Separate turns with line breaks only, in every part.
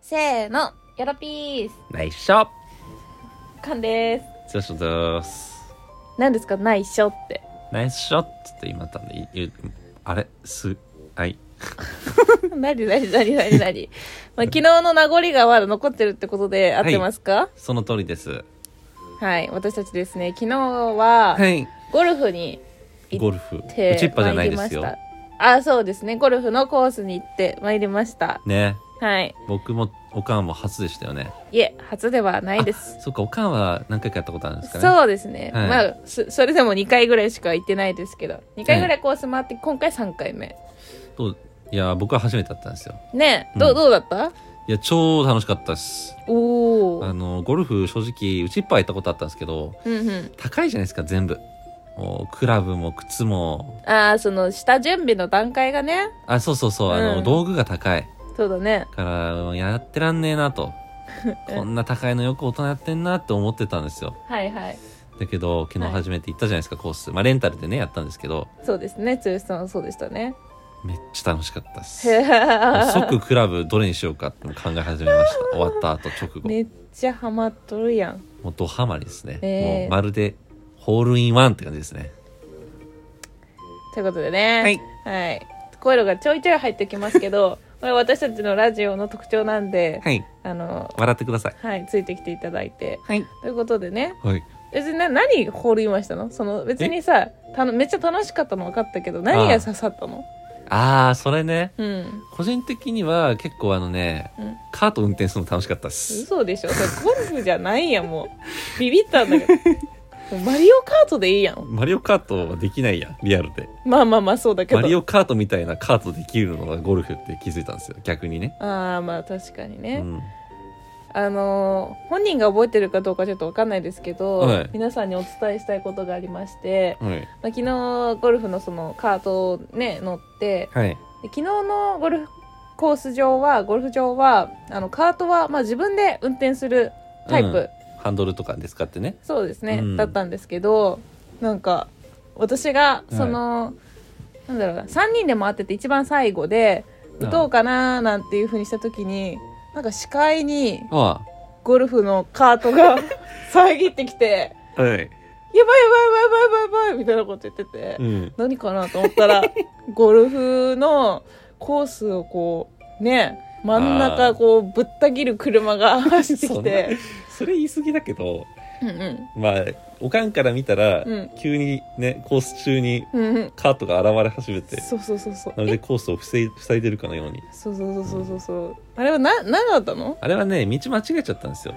せーの、よろぴーす。
内緒
かんです。
剛です
何ですか、ないしょ って。
内緒って言って今言ったんでいいあれすはい
なになになになになに まあ、昨日の名残がまだ残ってるってことで合ってますか
その通りです
はい、私たちですね、昨日は、
はい
ゴルフに行
ゴルフ
っ
打
て
ちっぱじゃな
まい
い
り
で
ますし
よ
た。あ、そうですね、ゴルフのコースに行ってまいりました。
ね
はい。
僕もおかんも初でしたよね
いえ、初ではないです。
あそっかおかんは何回かやったことあるんですかね
そうですね、
はい
まあそそれでも2回ぐらいしか行ってないですけど2回ぐらいコース回って今回3回目
どういや僕は初めてだったんですよ
ねえど,、う
うん
どうだった
いや超楽しかったです
お
あ
お
のゴルフ正直打ちっぱ行ったことあったんですけど
うんうん
高いじゃないですか全部もうクラブも靴も
ああその下準備の段階がね
あそうそうそうあの、
うん
道具が高い
そうだね
からもうやってらんねえな と
うん
こんな高いのよく大人やってんなって思ってたんですよ
はいはい
だけど昨日
はい
初めて行ったじゃないですか、コースまあレンタルでねやったんですけど
そうですね剛さんはそうでしたね
めっちゃ楽しかったですもう
即
即クラブどれにしようかってもう考え始めま した終わった後直 後
めっちゃハマっとるやん
もうドハマりですね、
えー
もうまるでホールインワンって感じですね
ということでね
はい、
はい、こういうのがちょいちょい入ってきますけど これ私たちのラジオの特徴なんで、
はい
あの
笑ってください
はいついてきていただいて
はい
ということでね
はい
別にな何ホールインワンしたのその別にさたのめっちゃ楽しかったの分かったけど何が刺さったの
ああそれね
うん
個人的には結構あのね、
うん
カート運転するの楽しかったです
嘘でしょそれゴルフじゃないやんもうビビったんだけどもうマリオカートでいいやん
マリオカートはできないやんリアルで
まあまあまあそうだけど
マリオカートみたいなカートできるのがゴルフって気づいたんですよ逆にね、
ああまあ確かに
う
ね、
ん、
あのー本人が覚えてるかどうかちょっと分かんないですけど、
はい
皆さんにお伝えしたいことがありまして、
は
ま
い
あ、昨日ゴルフのそのカートをね乗って
はい
で昨日のゴルフコース上はゴルフ場はあのカートは、まあ、自分で運転するタイプ、
うんハンドルとかで使ってね
そうですね、
うん
だったんですけどなんか私が
い
その、なんだろうな3人で回ってて一番最後で打とうかななんていうふうにした時になんか視界に
あ
ゴルフのカート が遮ってきて
あはい、
「やばいやばいやばいやばいやばい」みたいなこと言ってて、
うん、
何かなと思った らゴルフのコースをこうね真ん
あ
中
ー
こうぶった切る車が走ってきて
それ言い過ぎだけど
うんうん
まあおかんから見たら、
うん
急にねコース中に
うんうん
カートが現れ始めて
そうそうそうそう
なのでコースを防い塞いでるかのように
そうそうそうそうそうそう、あれはな何だったの
あれはね道間違えちゃった んですよ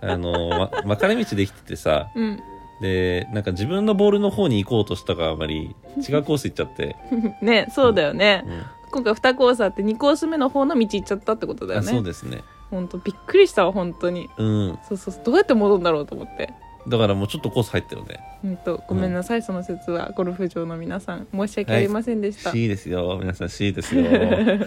あの、ま、分かれ道できててさ
うん
でなんか自分のボールの方に行こうとしたがあまり違うコース行っちゃ って、
ねそうだよね、
うん
今回2コースあって2コース目の方の道行っちゃったってことだよ
あそう
ね
ですね
本当びっくりしたわ本当に
うん
そうそうそうどうやって戻るんだろうと思って
だからもうちょっとコース入ったよね
本当ごめんなさい、その説はゴルフ場の皆さん申し訳ありませんでした、
C ですよ皆さん C ですよね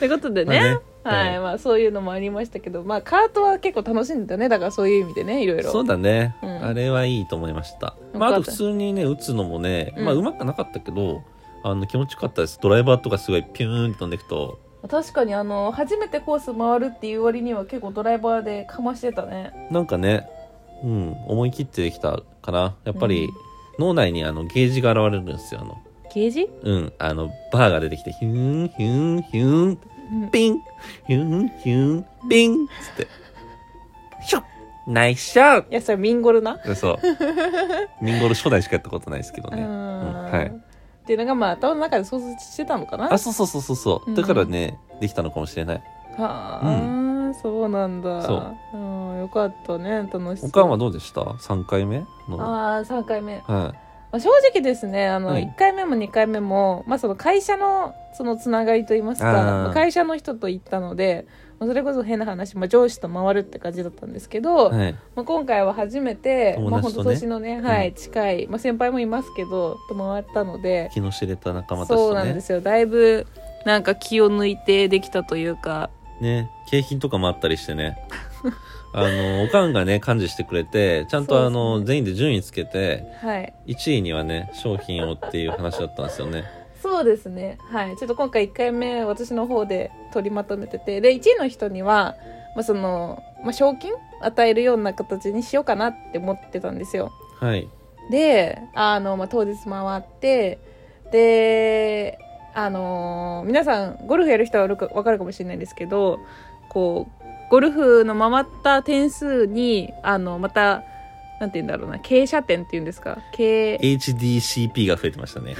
ということで
まあ
ね
ね,、
はい
はい
まあ、そういうのもありましたけど、まあ、カートは結構楽しんでたねだから そういう意味でねいろいろ
そうだね、
うん
あれはいいと思いました
た
まああと普通にね打つのもね、
うん
まあうまくなかったけどあの気持ちよかったですドライバーとかすごいピューンって飛んでいくと
確かにあの初めてコース回るっていう割には結構ドライバーでかましてたね
なんかねうん思い切ってできたかなやっぱ
う
り
ん
脳内にあのゲージが現れるんですよあの
ゲージ
うんあのバーが出てきてヒューンヒューンヒューンピンヒューンヒューンピンっつってショッナイスショッ
いやそれミンゴルな、
そう。ミンゴル初代しかやったことないですけどね。
う
うんんはい。
っていうのがまあ頭の中で想像してたのかな
あ、そうそうそうそうそうう。
ん
だからね、できたのかもしれない。
はあ、そうなんだ、
そう
ん、よかったね楽しそう
おかんはどうでした？3回目の。
ああ3回目
は
まあ、正直ですねあの
はい
1回目も2回目も、まあ、その会社のそのつながりといいますか
あー
まあ会社の人と行ったので、まあそれこそ変な話、まあ、上司と回るって感じだったんですけど、
い。はい。
まあ、今回は初めて、
友
まあ、
達
本
と
当
ね
年のね、はい、
う
近い、まあ、先輩もいますけどと回ったので、
気の知れた仲間たち
そう
と
なんで
ね。
すよだいぶなんか気を抜いてできたというか
ね、景品とかもあったりして ね。あの、おかんがね、幹事してくれて、ちゃんとあ
そうです
の、
ね
全員で順位つけて、
はい
1位にはね、商品をっていう話だったんですよね。
そうですねはいちょっと今回1回目私の方で取りまとめててで1位の人には、まあそのまあ、賞金与えるような形にしようかなって思ってたんですよ
はい
であの、まあ、当日回ってであの皆さんゴルフやる人はわかわかるかもしれないんですけどこうゴルフの回った点数にあのまたなんて言うんだろうな傾斜点っていうんですか傾
HDCP が増えてましたね
わ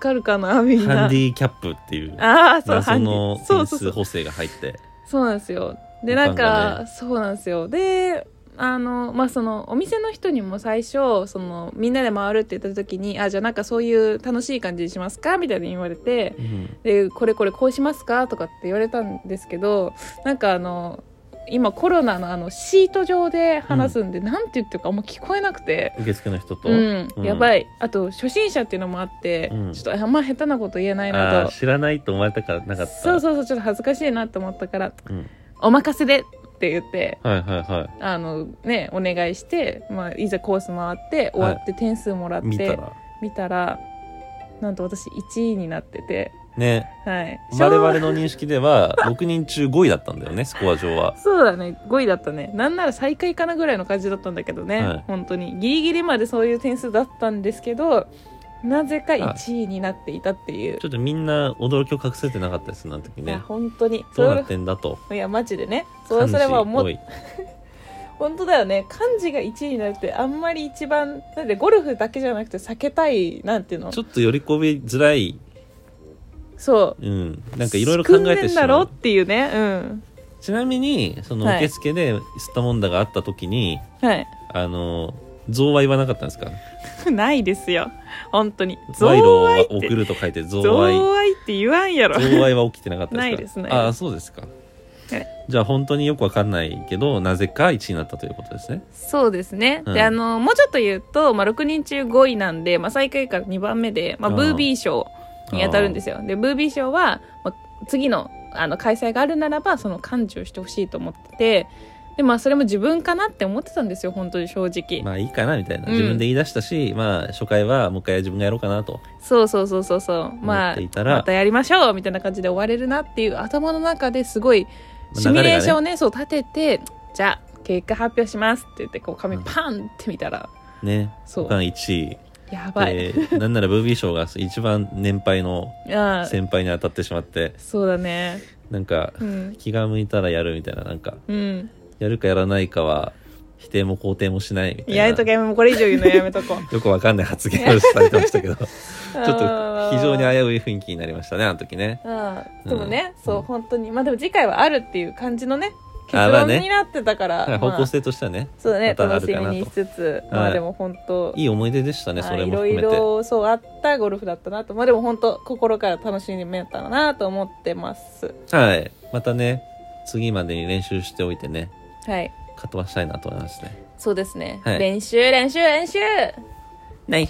かるかなみん
ハ
な
ンディキャップっていう
ああそうハ
謎
ンデ
の
ィそう
点
そう
数
そう
補正が入って
そうなんですよで
な
なんん
か
か
ね
そうなんですよであのまあそのお店の人にも最初そのみんなで回るって言った時に「あじゃあなんかそういう楽しい感じにしますか?」みたいに言われて
うん
「でこれこれこうしますか?」とかって言われたんですけどなんかあの今コロナのあのシート上で話すんで、なんて言ってるかあんま聞こえなくて。
受付の人と、
うん、
うん
やばいあと初心者っていうのもあって、
うん
ちょっとあんま下手なこと言えない
あ
な
ー知らないと思われたからなか
と
った
そうそうそうちょっと恥ずかしいなと思ったから
うん
「お任せで」って言って
はいはいは
あのねお願いして、まあ、いざコース回って終わって点数もらっ
い
て、
見たら
見たらなんと私1位になってて
ね
はい
我々の認識では6人中5位だったんだよねスコア上は
そうだね5位だったねなんなら最下位かなぐらいの感じだったんだけどね、
はい
本当にギリギリまでそういう点数だったんですけどなぜか1位になっていたっていう、
ちょっとみんな驚きを隠せてなかったですなん時
いや
ね
本当に
どうな
れ
ってんだと
いやマジでねそれそれはもう本当だよね漢字が1位になるってあんまり一番だってゴルフだけじゃなくて避けたいなんていうの
ちょっと寄り込みづらい
そう
うんなんかいろいろ考えてし
組んでんだ
ま
ろ
う
っていうねうん
ちなみにその
はい
受付で吸ったもんだがあった時に、
はい
あの贈賄はなかったんですか
ないですよ本当に贈
賄賂
賄
は
って
送ると書いて贈
贈
賄
賄って言わん やろ
贈賄は起きてなかったですか
ないですね
ああそうですか
はい
じゃあ本当によくわかんないけどなぜか1位になったということですね
そうですね、
うん
であのもうちょっと言うと、まあ、6人中5位なんで、まあ、最下位から2番目で、まあ、
あー
ブービー賞に当たるんですよでブービー賞は、まあ、次のあの開催があるならばその感受をしてほしいと思っててで、まあ、それも自分かなって思ってたんですよ本当に正直、
まあいいかなみたいな
うん
自分で言い出したし、まあ初回はもう一回自分がやろうかなと
そうそうそうそうそうま
思っ
あ
ていたら
またやりましょうみたいな感じで終われるなっていう頭の中ですごいシミュレーションをねそう立ててじゃあ結果発表しますって言ってこう紙パンって見たら、
ね
そう
区間1位
やばい、
で なんならブービー賞が一番年配の
あー
先輩に当たってしまって
そうだね
なんか
うん
気が向いたらやるみたいななんか
うん
やるかやらないかは否定も肯定もしないみたいな
やめとけもうこれ以上言うのやめと こう
よくわかんない発言をされてまし たけどちょっ
ちょ
と非常に危うい雰囲気になりましたねあの時ね
うん、でもね、そう本当にまあでも次回はあるっていう感じのね結
あまあ
論
ね
になってたから、
は い
まあ
方向性としてはね
そうだね
またあ
楽
る
し
か
み
なと
にしつつ、
は
まあ
い
でも本当
いい思い出でしたねそれも
は
含
いい
めて
ろいろそうあったゴルフだったなとまあでも本当心から楽しみにやったなと思ってます
はいまたね次までに練習しておいてね
はい
かっ飛ばしたいなと思いますね
そうですね、
はい
練習練習練習
ない